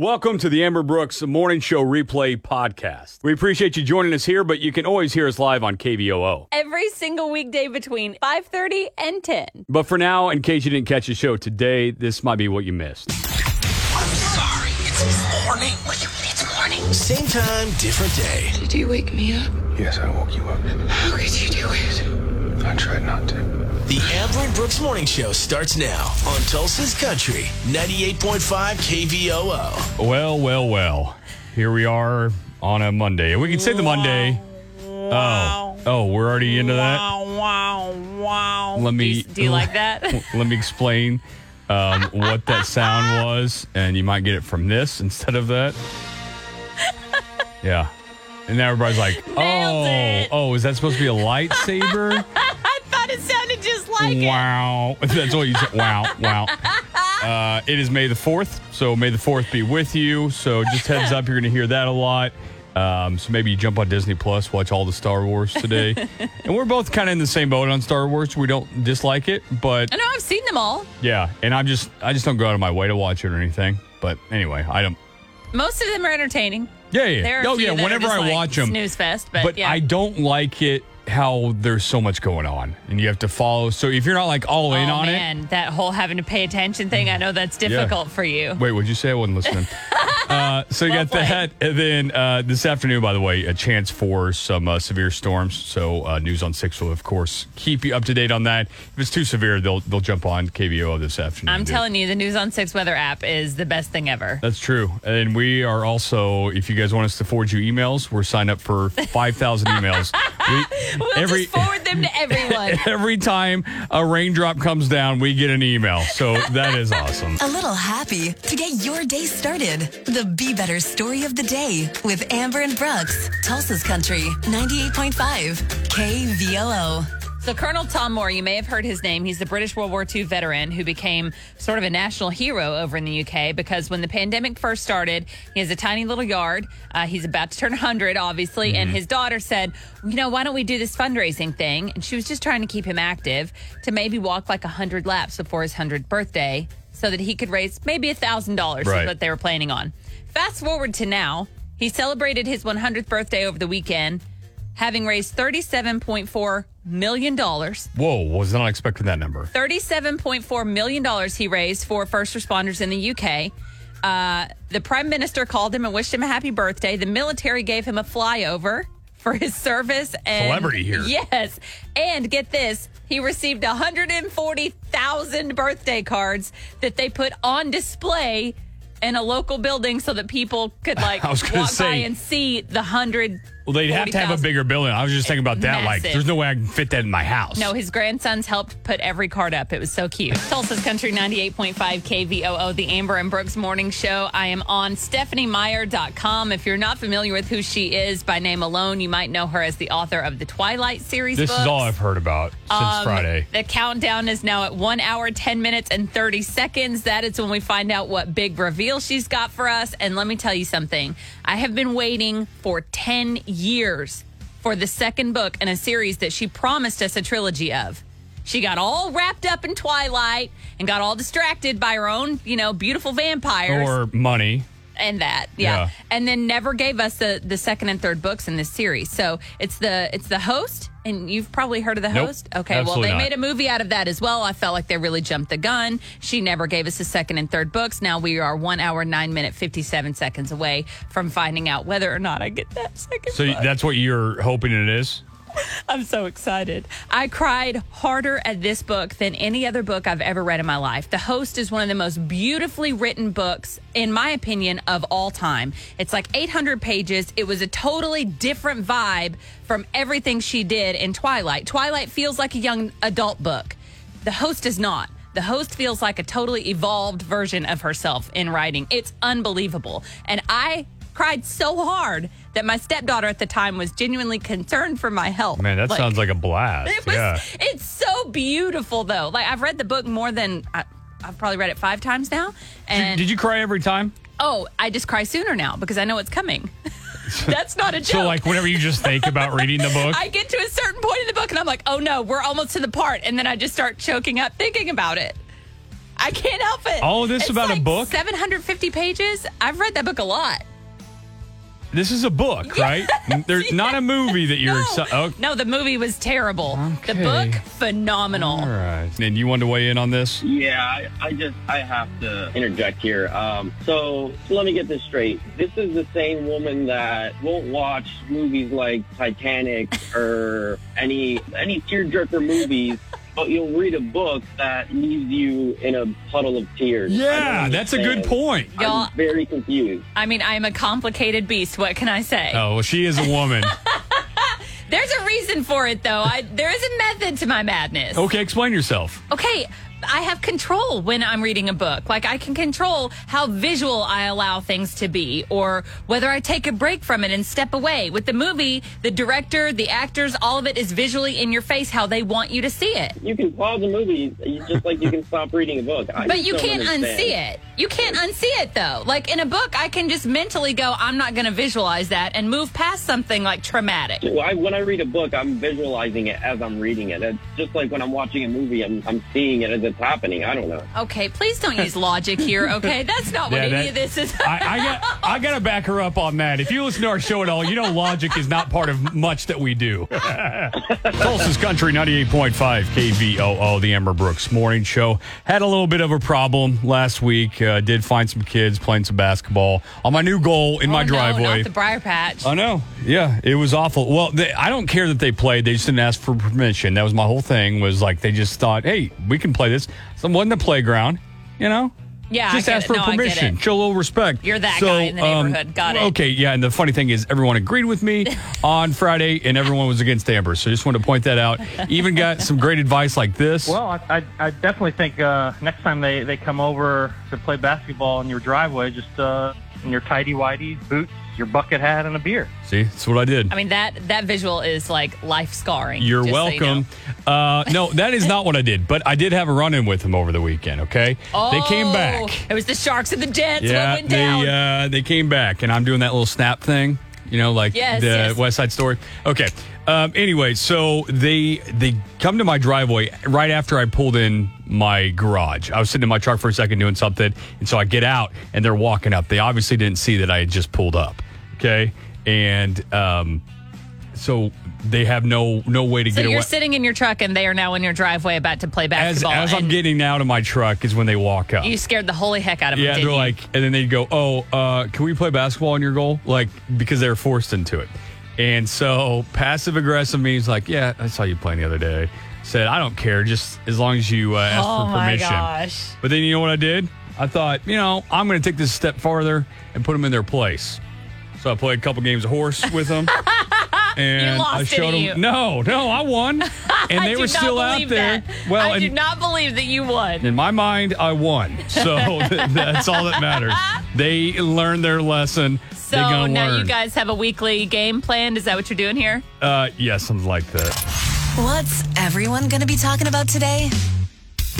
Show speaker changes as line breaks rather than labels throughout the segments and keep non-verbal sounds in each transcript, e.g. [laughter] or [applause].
Welcome to the Amber Brooks Morning Show Replay Podcast. We appreciate you joining us here, but you can always hear us live on KVOO.
every single weekday between 5.30 and 10
But for now, in case you didn't catch the show today, this might be what you missed.
I'm sorry. It's morning. What do you mean it's morning? Same time, different day.
Did you wake me up?
Yes, I woke you up.
How could you do it?
I tried not to.
The Amber and Brooks Morning Show starts now on Tulsa's Country, 98.5 KVOO.
Well, well, well. Here we are on a Monday. We can say the Monday. Oh, oh, we're already into that.
wow wow
Let me-
do you, do
[laughs]
you like that [laughs]
Let me explain um, what that sound was, and you might get it from this instead of that. Yeah. And now everybody's like,
Nailed
oh,
it.
oh, is that supposed to be a lightsaber?
i thought it sounded just like it
wow. [laughs] That's all you said. Wow, wow.
[laughs]
Uh, it is May the 4th, so May the 4th be with you. So just heads up, you're going to hear that a lot. Um, so maybe you jump on Disney Plus, watch all the Star Wars today.
[laughs]
and we're both kind of in the same boat on Star Wars. We don't dislike it, but
i know i've seen them all
yeah, and I'm just I just don't go out of my way to watch it or anything. But anyway, I don't.
most of them are entertaining
Yeah, yeah.
there are a
oh
few
yeah.
that are
Whenever
just
I
like
watch them,
snooze fest but, yeah
I don't like it how there's so much going on and you have to follow. So if you're not like all in
oh,
on it,
man, that whole having to pay attention thing i know that's difficult for you
Wait, would you say I wasn't
[laughs]
listening? uh, so you
Well
got that, and then uh, this afternoon, by the way, a chance for some uh, severe storms. So uh, news on six will, of course, keep you up to date on that. If it's too severe, they'll they'll jump on KBO this afternoon.
i'm
dude.
telling you the news on six weather app is the best thing ever
That's true. And we are also, if you guys want us to forward you emails, we're signed up for
[laughs]
5,000 emails. We-
we'll just forward them to everyone
[laughs] every time a raindrop comes down, we get an email. So that is
[laughs]
awesome.
A little happy to get your day started. The Be Better Story of the Day with Amber and Brooks, Tulsa's Country, 98.5 KVOO.
So, Colonel Tom Moore, you may have heard his name. He's the British World War II veteran who became sort of a national hero over in the UK because when the pandemic first started, he has a tiny little yard. Uh, he's about to turn 100, obviously. And his daughter said, You know, why don't we do this fundraising thing? And she was just trying to keep him active to maybe walk like 100 laps before his 100th birthday so that he could raise maybe $1,000 is
Right.
what they were planning on. Fast forward to now, he celebrated his 100th birthday over the weekend, having raised $37.4 million.
Whoa, was not expecting that number.
$37.4 million he raised for first responders in the UK. Uh, the prime minister called him and wished him a happy birthday. The military gave him a flyover for his service and
Celebrity here.
Yes. And get this, he received 140,000 birthday cards that they put on display in a local building so that people could
[laughs]
like
I was
walk
gonna
by
say-
and see the 100
Well, they'd have to have a
40,000.
bigger building. I was just thinking about that. Like,
Massive.
there's no way I can fit that in my house.
No, his grandsons helped put every card up. It was so cute. Tulsa's Country 98.5 KVOO, the Amber and Brooks Morning Show. I am on StephanieMeyer.com. If you're not familiar with who she is by name alone, you might know her as the author of the Twilight series.
This
books.
is all I've heard about since
Um,
Friday.
The countdown is now at one hour, 10 minutes, and 30 seconds. That is when we find out what big reveal she's got for us. And let me tell you something I have been waiting for 10 years for the second book in a series that she promised us a trilogy of. She got all wrapped up in Twilight and got all distracted by her own, you know, beautiful vampires
Or money.
and that yeah.
Yeah.
and then never gave us the the second and third books in this series so it's the it's the host and you've probably heard of the
Nope.
host okay
Absolutely
well
not.
they made a movie out of that as well i felt like they really jumped the gun she never gave us the second and third books now we are one hour nine minute 57 seconds away from finding out whether or not i get that second
So
book.
that's what you're hoping it is?
[laughs] I'm so excited. I cried harder at this book than any other book I've ever read in my life. The Host is one of the most beautifully written books, in my opinion, of all time. It's like 800 pages. It was a totally different vibe from everything she did in Twilight. Twilight feels like a young adult book, The Host is not. The host feels like a totally evolved version of herself in writing. It's unbelievable. And I cried so hard that my stepdaughter at the time was genuinely concerned for my health.
Man, that sounds like a blast.
[laughs] it was,
yeah.
It's so beautiful, though. Like, I've read the book more than I, I've probably read it five times now. And
Did you cry every time?
oh, I just cry sooner now because I know it's
[laughs]
coming. [laughs] That's not a joke.
So, like, whenever you just think about reading the book,
[laughs] I get to a certain point in the book and I'm like, oh no, we're almost to the part. And then I just start choking up thinking about it. I can't help it.
All of this
It's
about a
like
book?
750 pages. I've read that book a lot.
This is a book, right?
[laughs]
There's not a movie that you're
no.
excited. Oh,
no, the movie was terrible. The
Okay.
book, phenomenal.
all right. And you wanted to weigh in on this?
Yeah, I, I just I have to interject here. Um, so let me get this straight. This is the same woman that won't watch movies like Titanic [laughs] or any any tearjerker movies, but you'll read a book that leaves you in a puddle of tears. I don't
Yeah, that's a good
understand.
point.
Y'all,
I'm very confused.
I mean, I'm a complicated beast. What can I say?
Oh, well, she is a
[laughs]
woman.
There's a reason for it, though. I, there is a method to my madness.
okay, explain yourself.
okay i have control when i'm reading a book like i can control how visual i allow things to be or whether i take a break from it and step away with the movie the director the actors all of it is visually in your face how they want you to see it
You can pause a movie just like you can stop reading a book. I
but
just
you
don't
can't
understand.
unsee it you can't unsee it though like in a book i can just mentally go i'm not going to visualize that and move past something like traumatic
Well, I, when I read a book, I'm visualizing it as I'm reading it. It's just like when I'm watching a movie, I'm, I'm seeing it as it's happening. I don't know.
okay please don't use logic here okay that's not what
Yeah, that-
any of this is
I, I got I got to back her up on that. If you listen to our show at all, you know logic is not part of much that we do. [laughs] Tulsa's Country 98.5 KVOO, the Amber Brooks Morning Show. Had a little bit of a problem last week. Uh, did find some kids playing some basketball on my new goal in my Uh,
Oh, no,
driveway.
not the briar patch
I know. Yeah, it was awful. Well, they, I don't care that they played. They just didn't ask for permission. That was my whole thing. Was like they just thought, hey, we can play this. So it wasn't the playground, you know.
Yeah, I
just
get
ask
it.
for
No, I get
permission.
it.
Show a little respect. um,
You're that guy in the neighborhood. Got it.
Okay, yeah. And the funny thing is, everyone agreed with
[laughs]
me on Friday, and everyone was against Amber. So just wanted to point that out. Even got some great advice like this.
Well, I, I, I definitely think uh, next time they, they come over to play basketball in your driveway, just uh, in your tidy whities, boots, your bucket hat, and a beer.
See, that's what I did.
I mean that that visual is like life scarring.
You're
just so you know.
welcome. uh, no, that is not what I did, but I did have a run in with them over the weekend, okay? they came
Oh,
back.
It was the sharks and the jets. what went down?
they uh, they came back, and I'm doing that little snap thing, you know, like
Yes,
the
yes.
West Side Story. Okay. Um, anyway, so they they come to my driveway right after I pulled in my garage. I was sitting in my truck for a second doing something, and so I get out, and they're walking up. They obviously didn't see that I had just pulled up. Okay, and um, so they have no no way to
so
get
you're
away.
sitting in your truck and they are now in your driveway about to play
as
basketball.
as I'm
and
getting out of my truck is when they walk up.
you scared the holy heck out of
Yeah, they're
them. didn't you?
like, and then they'd go, "Oh, uh, can we play basketball on your goal?" Like because they were forced into it. And so passive aggressive means like, "Yeah, I saw you playing the other day." Said, "I don't care, just as long as you uh, ask
oh
for
my
permission."
gosh.
But then you know what I did? I thought, you know, I'm going to take this a step farther and put them in their place. So I played a couple games of horse with
[laughs]
them. And
lost,
I showed
didn't
them.
you?
No, no, I
[laughs]
won. And
I
they
do
were
not
still out
believe
there.
that.
Well,
I
and
do not believe that you won.
in my mind, I won.
[laughs]
So [laughs] that's all that matters. They learned their lesson. they
So
gonna
now
learn.
you guys have a weekly game planned. Is that what you're doing here?
Uh, yeah, something like that.
What's everyone going to be talking about today?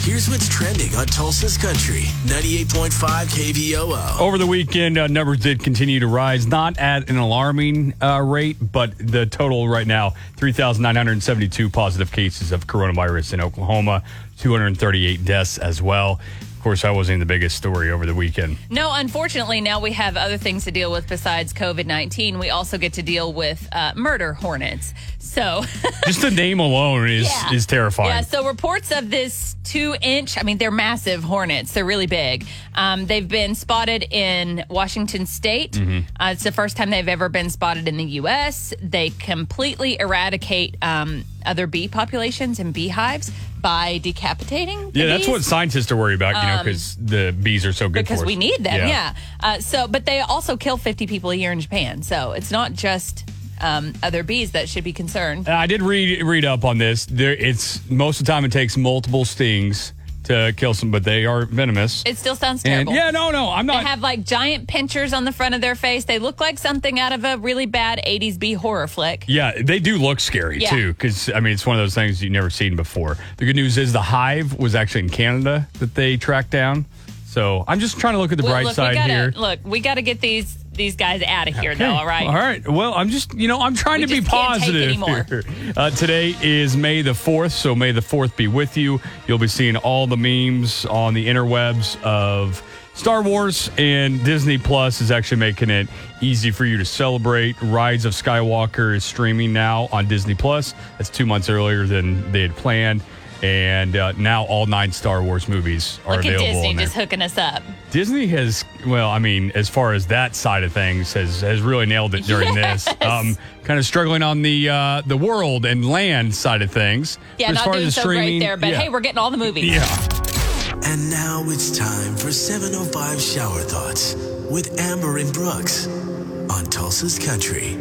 Here's what's trending on Tulsa's Country 98.5 KVOO.
Over the weekend, uh, numbers did continue to rise, not at an alarming uh, rate, but the total right now 3,972 positive cases of coronavirus in Oklahoma, 238 deaths as well. Of course, I wasn't the biggest story over the
[laughs]
weekend.
No, unfortunately, now we have other things to deal with besides COVID 19. We also get to deal with uh, murder hornets. So. [laughs]
Just the name alone is,
Yeah.
is terrifying.
Yeah, so reports of this two inch, I mean, they're massive hornets. They're really big. Um, they've been spotted in Washington state.
Mm-hmm.
Uh, it's the first time they've ever been spotted in the U.S. They completely eradicate um, other bee populations and beehives by decapitating. the
Yeah, that's
bees. Um,
what scientists are worried about, you know, because the bees are so good
Because
for us.
we need them, yeah. Uh, so, but they also kill 50 people a year in Japan. So it's not just um, other bees that should be concerned.
I did read read up on this. There, it's most of the time it takes multiple stings to kill some, but they are venomous.
It still sounds
and
terrible.
yeah, no, no, I'm
They
not.
have like giant pinchers on the front of their face. They look like something out of a really bad 80s B horror flick.
yeah, they do look scary
Yeah.
too, because I mean it's one of those things you've never seen before. The good news is the hive was actually in Canada that they tracked down. So I'm just trying to look at the
Well,
bright
look, we
side
gotta,
here.
Look, we got to get these these guys out of here, though. All right.
All right. Well, I'm just, you know, I'm trying
We
to be
just can't take
positive.
anymore.
here. Uh, today is May the 4th, so May the 4th be with you. You'll be seeing all the memes on the interwebs of Star Wars, and Disney Plus is actually making it easy for you to celebrate. Rides of Skywalker is streaming now on Disney Plus. That's two months earlier than they had planned. And uh, now all nine Star Wars movies are
Look at
available.
Disney
on there.
just hooking us up.
Disney has, well, I mean, as far as that side of things, has has really nailed it
[laughs]
during this. Um, kind of struggling on the uh, the world and land side of things.
Yeah,
But as
not
far
doing
as the
so great
streaming,
there, but
yeah.
hey, we're getting all the movies.
yeah.
And now it's time for 705 Shower Thoughts with Amber and Brooks on Tulsa's Country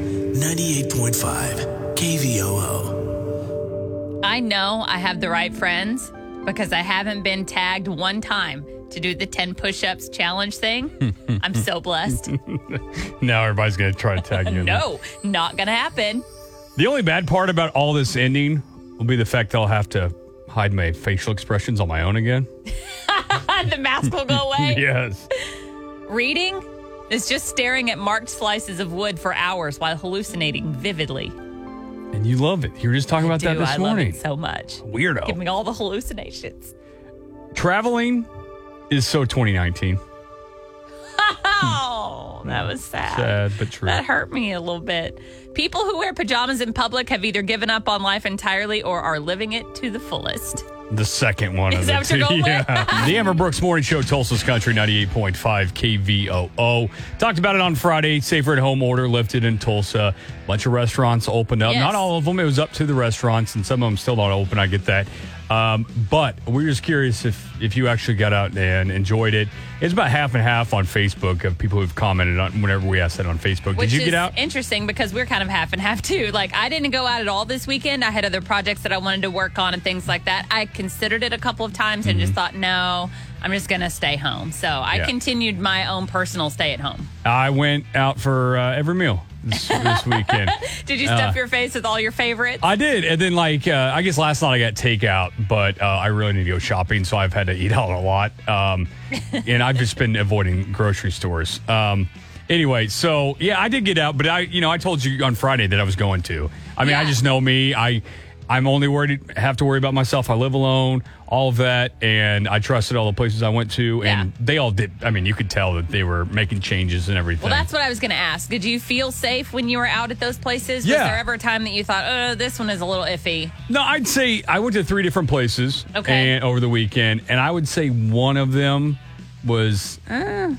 98.5 KVOO.
I know I have the right friends because I haven't been tagged one time to do the 10 push ups challenge thing. I'm so blessed.
Now everybody's gonna try to tag you.
[laughs]
in there.
No, not going to happen. [laughs]
The only bad part about all this ending will be the fact that I'll have to hide my facial expressions on my own
[laughs]
again.
the mask will go away.
Yes.
Reading is just staring at marked slices of wood for hours while hallucinating vividly.
And you love it. You were just talking about that
Dude,
this
I
morning.
love it so much.
Weirdo.
Give me all the hallucinations.
Traveling is so 2019.
Oh, that was sad.
Sad but
[laughs]
true.
That hurt me a little bit. People who wear pajamas in public have either given up on life entirely or are living it to the fullest.
The second one.
Is
of
that
the
what you're
two.
going
[laughs]
with?
yeah. the Amber Brooks Morning Show, Tulsa's Country, 98.5 KVOO. Talked about it on Friday. Safer at home order lifted in Tulsa. A bunch of restaurants opened up.
Yes.
Not all of them. It was up to the restaurants, and some of them still not open. I get that. Um, but we we're just curious if, if you actually got out and enjoyed it. It's about half and half on Facebook of people who've commented on whenever we asked that on Facebook.
Which
Did you
is
get out?
Interesting because we're kind of half and half [laughs] too. Like I didn't go out at all this weekend. I had other projects that I wanted to work on and things like that. I considered it a couple of times and just thought, no, I'm just gonna stay home. So I
Mm-hmm. Yeah.
continued my own personal stay at home.
I went out for uh, every meal this,
[laughs]
this weekend.
Did you stuff your face with all your favorites?
Uh. I did, and then like uh, I guess last night I got takeout, but uh, I really need to go shopping, so I've had to [laughs] eat out a lot, um, and I've just been avoiding grocery stores. Um, anyway, so yeah, I did get out, but I you know I told you on Friday that I was going to. I mean, I
Yeah.
just know me. I I'm only worried have to worry about myself. I live alone, all of that, and I trusted all the places I went to, and
Yeah.
they all did. I mean, you could tell that they were making changes and everything.
well, that's what I was going to ask. Did you feel safe when you were out at those places?
Yeah.
Was there ever a time that you thought, oh, this one is a little iffy?
No, I'd say I went to three different places
Okay.
and, over the weekend, and I would say one of them was eh,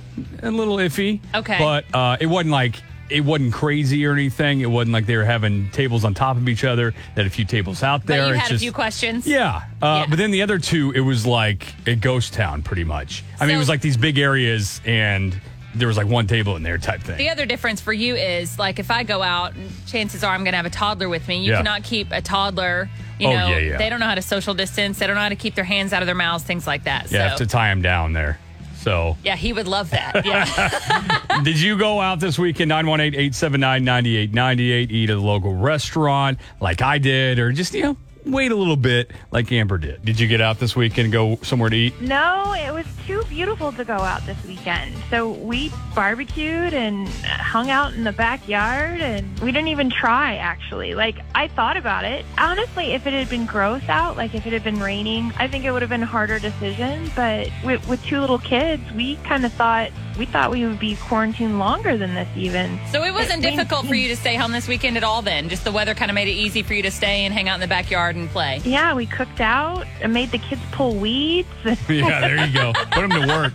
a little iffy.
Okay.
But uh, it wasn't like it wasn't crazy or anything. It wasn't like they were having tables on top of each other, that a few tables out there.
But you
It's
had a
just-
few questions.
Yeah. Uh,
Yeah.
But then the other two, it was like a ghost town pretty much. I mean, it
So-
was like these big areas, and there was like one table in there type thing.
The other difference for you is like if I go out, chances are I'm going to have a toddler with me. You
Yeah.
cannot keep a toddler. You
Oh,
know,
yeah, yeah.
they don't know how to social distance. They don't know how to keep their hands out of their mouths, things like that.
yeah, I have
so,
to tie him down there. So.
yeah, he would
[laughs]
love that. Yeah.
Did you go out this weekend, 918 879 9898, eat at a local restaurant like I did, or just, you know, wait a little bit like Amber did? Did you get out this weekend and go somewhere to eat? [laughs]
No, it was too beautiful to go out this weekend. So we barbecued and hung out in the backyard, and we didn't even try, actually. Like, I thought about it. Honestly, if it had been gross out, like if it had been raining, I think it would have been a harder decision. But with, with two little kids, we kind of thought, we thought we would be quarantined longer than this, even.
so it wasn't
It-
difficult for you to stay home this weekend at all then. Just the weather kind of made it easy for you to stay and hang out in the backyard and play.
Yeah, we cooked out and made the kids pull weeds.
yeah, there you go. Put them to work.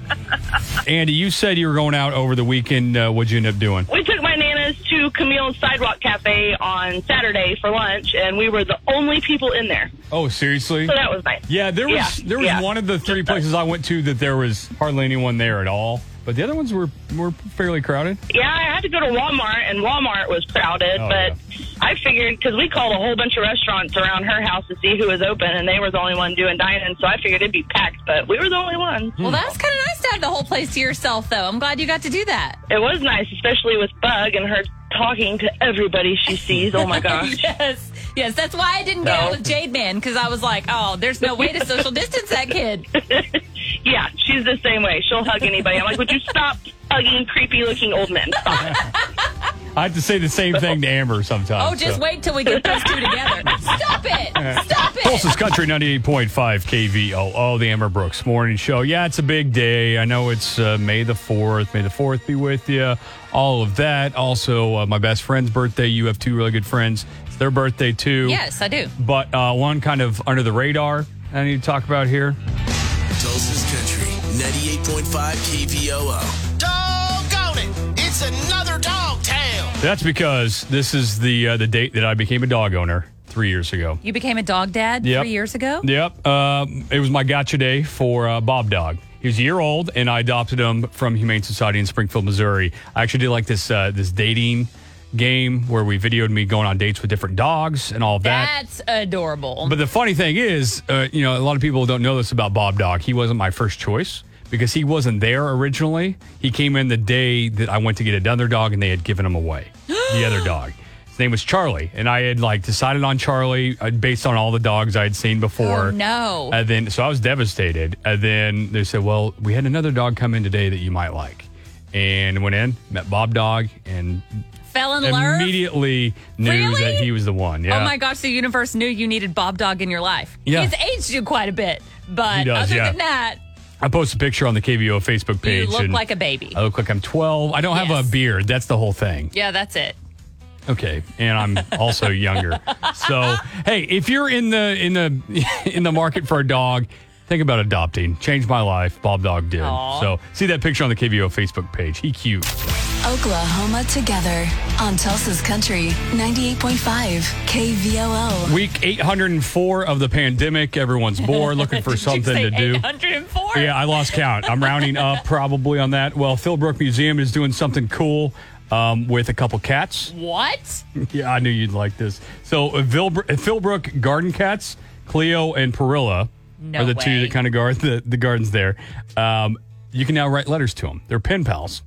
Andy, you said you were going out over the weekend. Uh, what'd you end up doing?
We took my nanas to Camille's Sidewalk Cafe on Saturday for lunch, and we were the only people in there.
Oh, seriously?
So that was nice.
Yeah, there was
Yeah,
there was
yeah.
one of the three places I went to that there was hardly anyone there at all, but the other ones were were fairly crowded.
Yeah, I had to go to Walmart, and Walmart was crowded,
Oh,
but I figured because we called a whole bunch of restaurants around her house to see who was open, and they were the only one doing dining, so I figured it'd be packed, but we were the only ones.
Hmm.
Well, that's kind of nice to have the whole place to yourself, though. I'm glad you got to do that. [laughs]
It was nice, especially with Bug and her talking to everybody she sees. Oh
[laughs]
my gosh.
yes. Yes, that's why I didn't get
No.
out with Jade Man because I was like, oh, there's no way to social distance that kid.
Yeah, she's the same way. She'll hug anybody. I'm like, would you stop hugging creepy looking old men? Stop it.
I have to say the same thing to Amber sometimes.
Oh, just
so.
wait till we get those
[laughs]
two together. Stop it. Stop it.
Tulsa's Country 98.5 KVO. Oh, the Amber Brooks Morning Show. Yeah, it's a big day. I know it's uh, May the 4th. May the 4th be with you. All of that. Also, uh, my best friend's birthday. You have two really good friends. It's their birthday, too.
Yes, I do.
But uh, one kind of under the radar I need to talk about here.
Tulsa's Country, 98.5 KVOO.
Doggone it! It's another dog tail.
That's because this is the uh, the date that I became a dog owner three years ago.
You became a dog dad
Yep.
three years ago?
Yep. Um, it was my gotcha day for uh, Bob Dog. He was a year old, and I adopted him from Humane Society in Springfield, Missouri. I actually did like this uh, this dating game where we videoed me going on dates with different dogs and all of that.
That's adorable.
But the funny thing is, uh, you know, a lot of people don't know this about Bob Dog. He wasn't my first choice because he wasn't there originally. He came in the day that I went to get another dog and they had given him away, the
[gasps]
other dog. His name was Charlie. And I had like decided on Charlie uh, based on all the dogs I had seen before.
Oh, no.
And then, so I was devastated. And then they said, well, we had another dog come in today that you might like. And went in, met Bob Dog, and
Fell in love.
immediately knew
Really?
that he was the one. Yeah.
Oh my gosh, the universe knew you needed Bob Dog in your life.
Yeah.
He's aged you quite a bit, but
He does,
other
yeah.
than that,
I post a picture on the KVO Facebook
you
page.
look
and Oh.
like a baby.
I look like I'm 12. I don't have
Yes.
a beard. That's the whole thing.
yeah, that's it.
Okay, and I'm also younger. So hey, if you're in the in the [laughs] in the market for a dog, think about adopting. Changed my life. Bob Dog did.
Aw.
So see that picture on the KVO Facebook page. He cute.
Oklahoma Together on Tulsa's Country 98.5 KVOO.
Week 804 of the pandemic. Everyone's
[laughs]
bored, looking for
Did you
something
say
to do.
804?
Yeah, I lost count. I'm rounding
[laughs]
up probably on that. Well, Philbrook Museum is doing something cool um, with a couple cats.
What?
yeah, I knew you'd like this. So, uh, Vilbr- uh, Philbrook Garden Cats, Cleo and Perilla
No
are the two
way.
that kind of guard the, the gardens there. Um, you can now write letters to them. They're pen pals.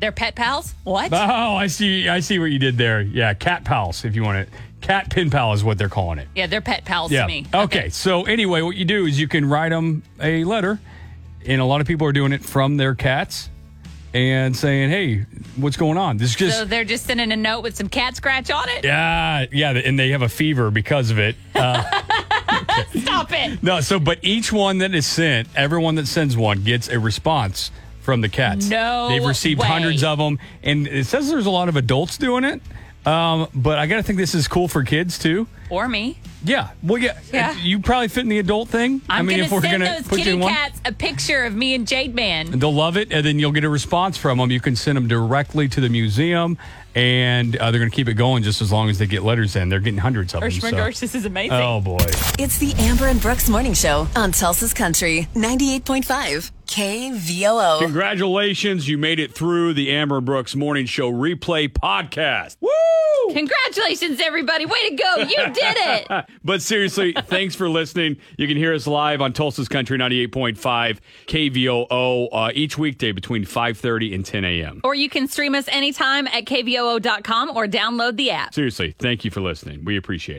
They're pet pals? What?
Oh, I see. I see what you did there. Yeah, cat pals, if you want it. Cat pen pal is what they're calling it.
yeah, they're pet pals to me.
Okay. So anyway, what you do is you can write them a letter, and a lot of people are doing it from their cats and saying, "Hey, what's going on?" This is just
so they're just sending a note with some cat scratch on it?
yeah, yeah, and they have a fever because of
[laughs]
it. Uh,
Stop it.
no, so but each one that is sent, everyone that sends one gets a response from the cats.
No
they've received
way.
hundreds of them, and it says there's a lot of adults doing it. Um, but I gotta think this is cool for kids too.
Or me.
Yeah, well, yeah,
Yeah.
you probably fit in the adult thing.
I'm gonna send
gonna
those kitty cats a picture of me and Jade Man.
They'll love it, and then you'll get a response from them. You can send them directly to the museum, and uh, they're going to keep it going just as long as they get letters in. They're getting hundreds of them.
Urshma
so-
Gersh, this is amazing.
Oh boy!
It's the Amber and Brooks Morning Show on Tulsa's Country 98.5 KVOO.
Congratulations, you made it through the Amber Brooks Morning Show Replay Podcast. Woo!
Congratulations, everybody. Way to go. You did it.
[laughs] But seriously, thanks for listening. You can hear us live on Tulsa's Country 98.5 KVOO uh, each weekday between 5:30 and 10 a.m.
Or you can stream us anytime at kvoo.com or download the app.
Seriously, thank you for listening. We appreciate it.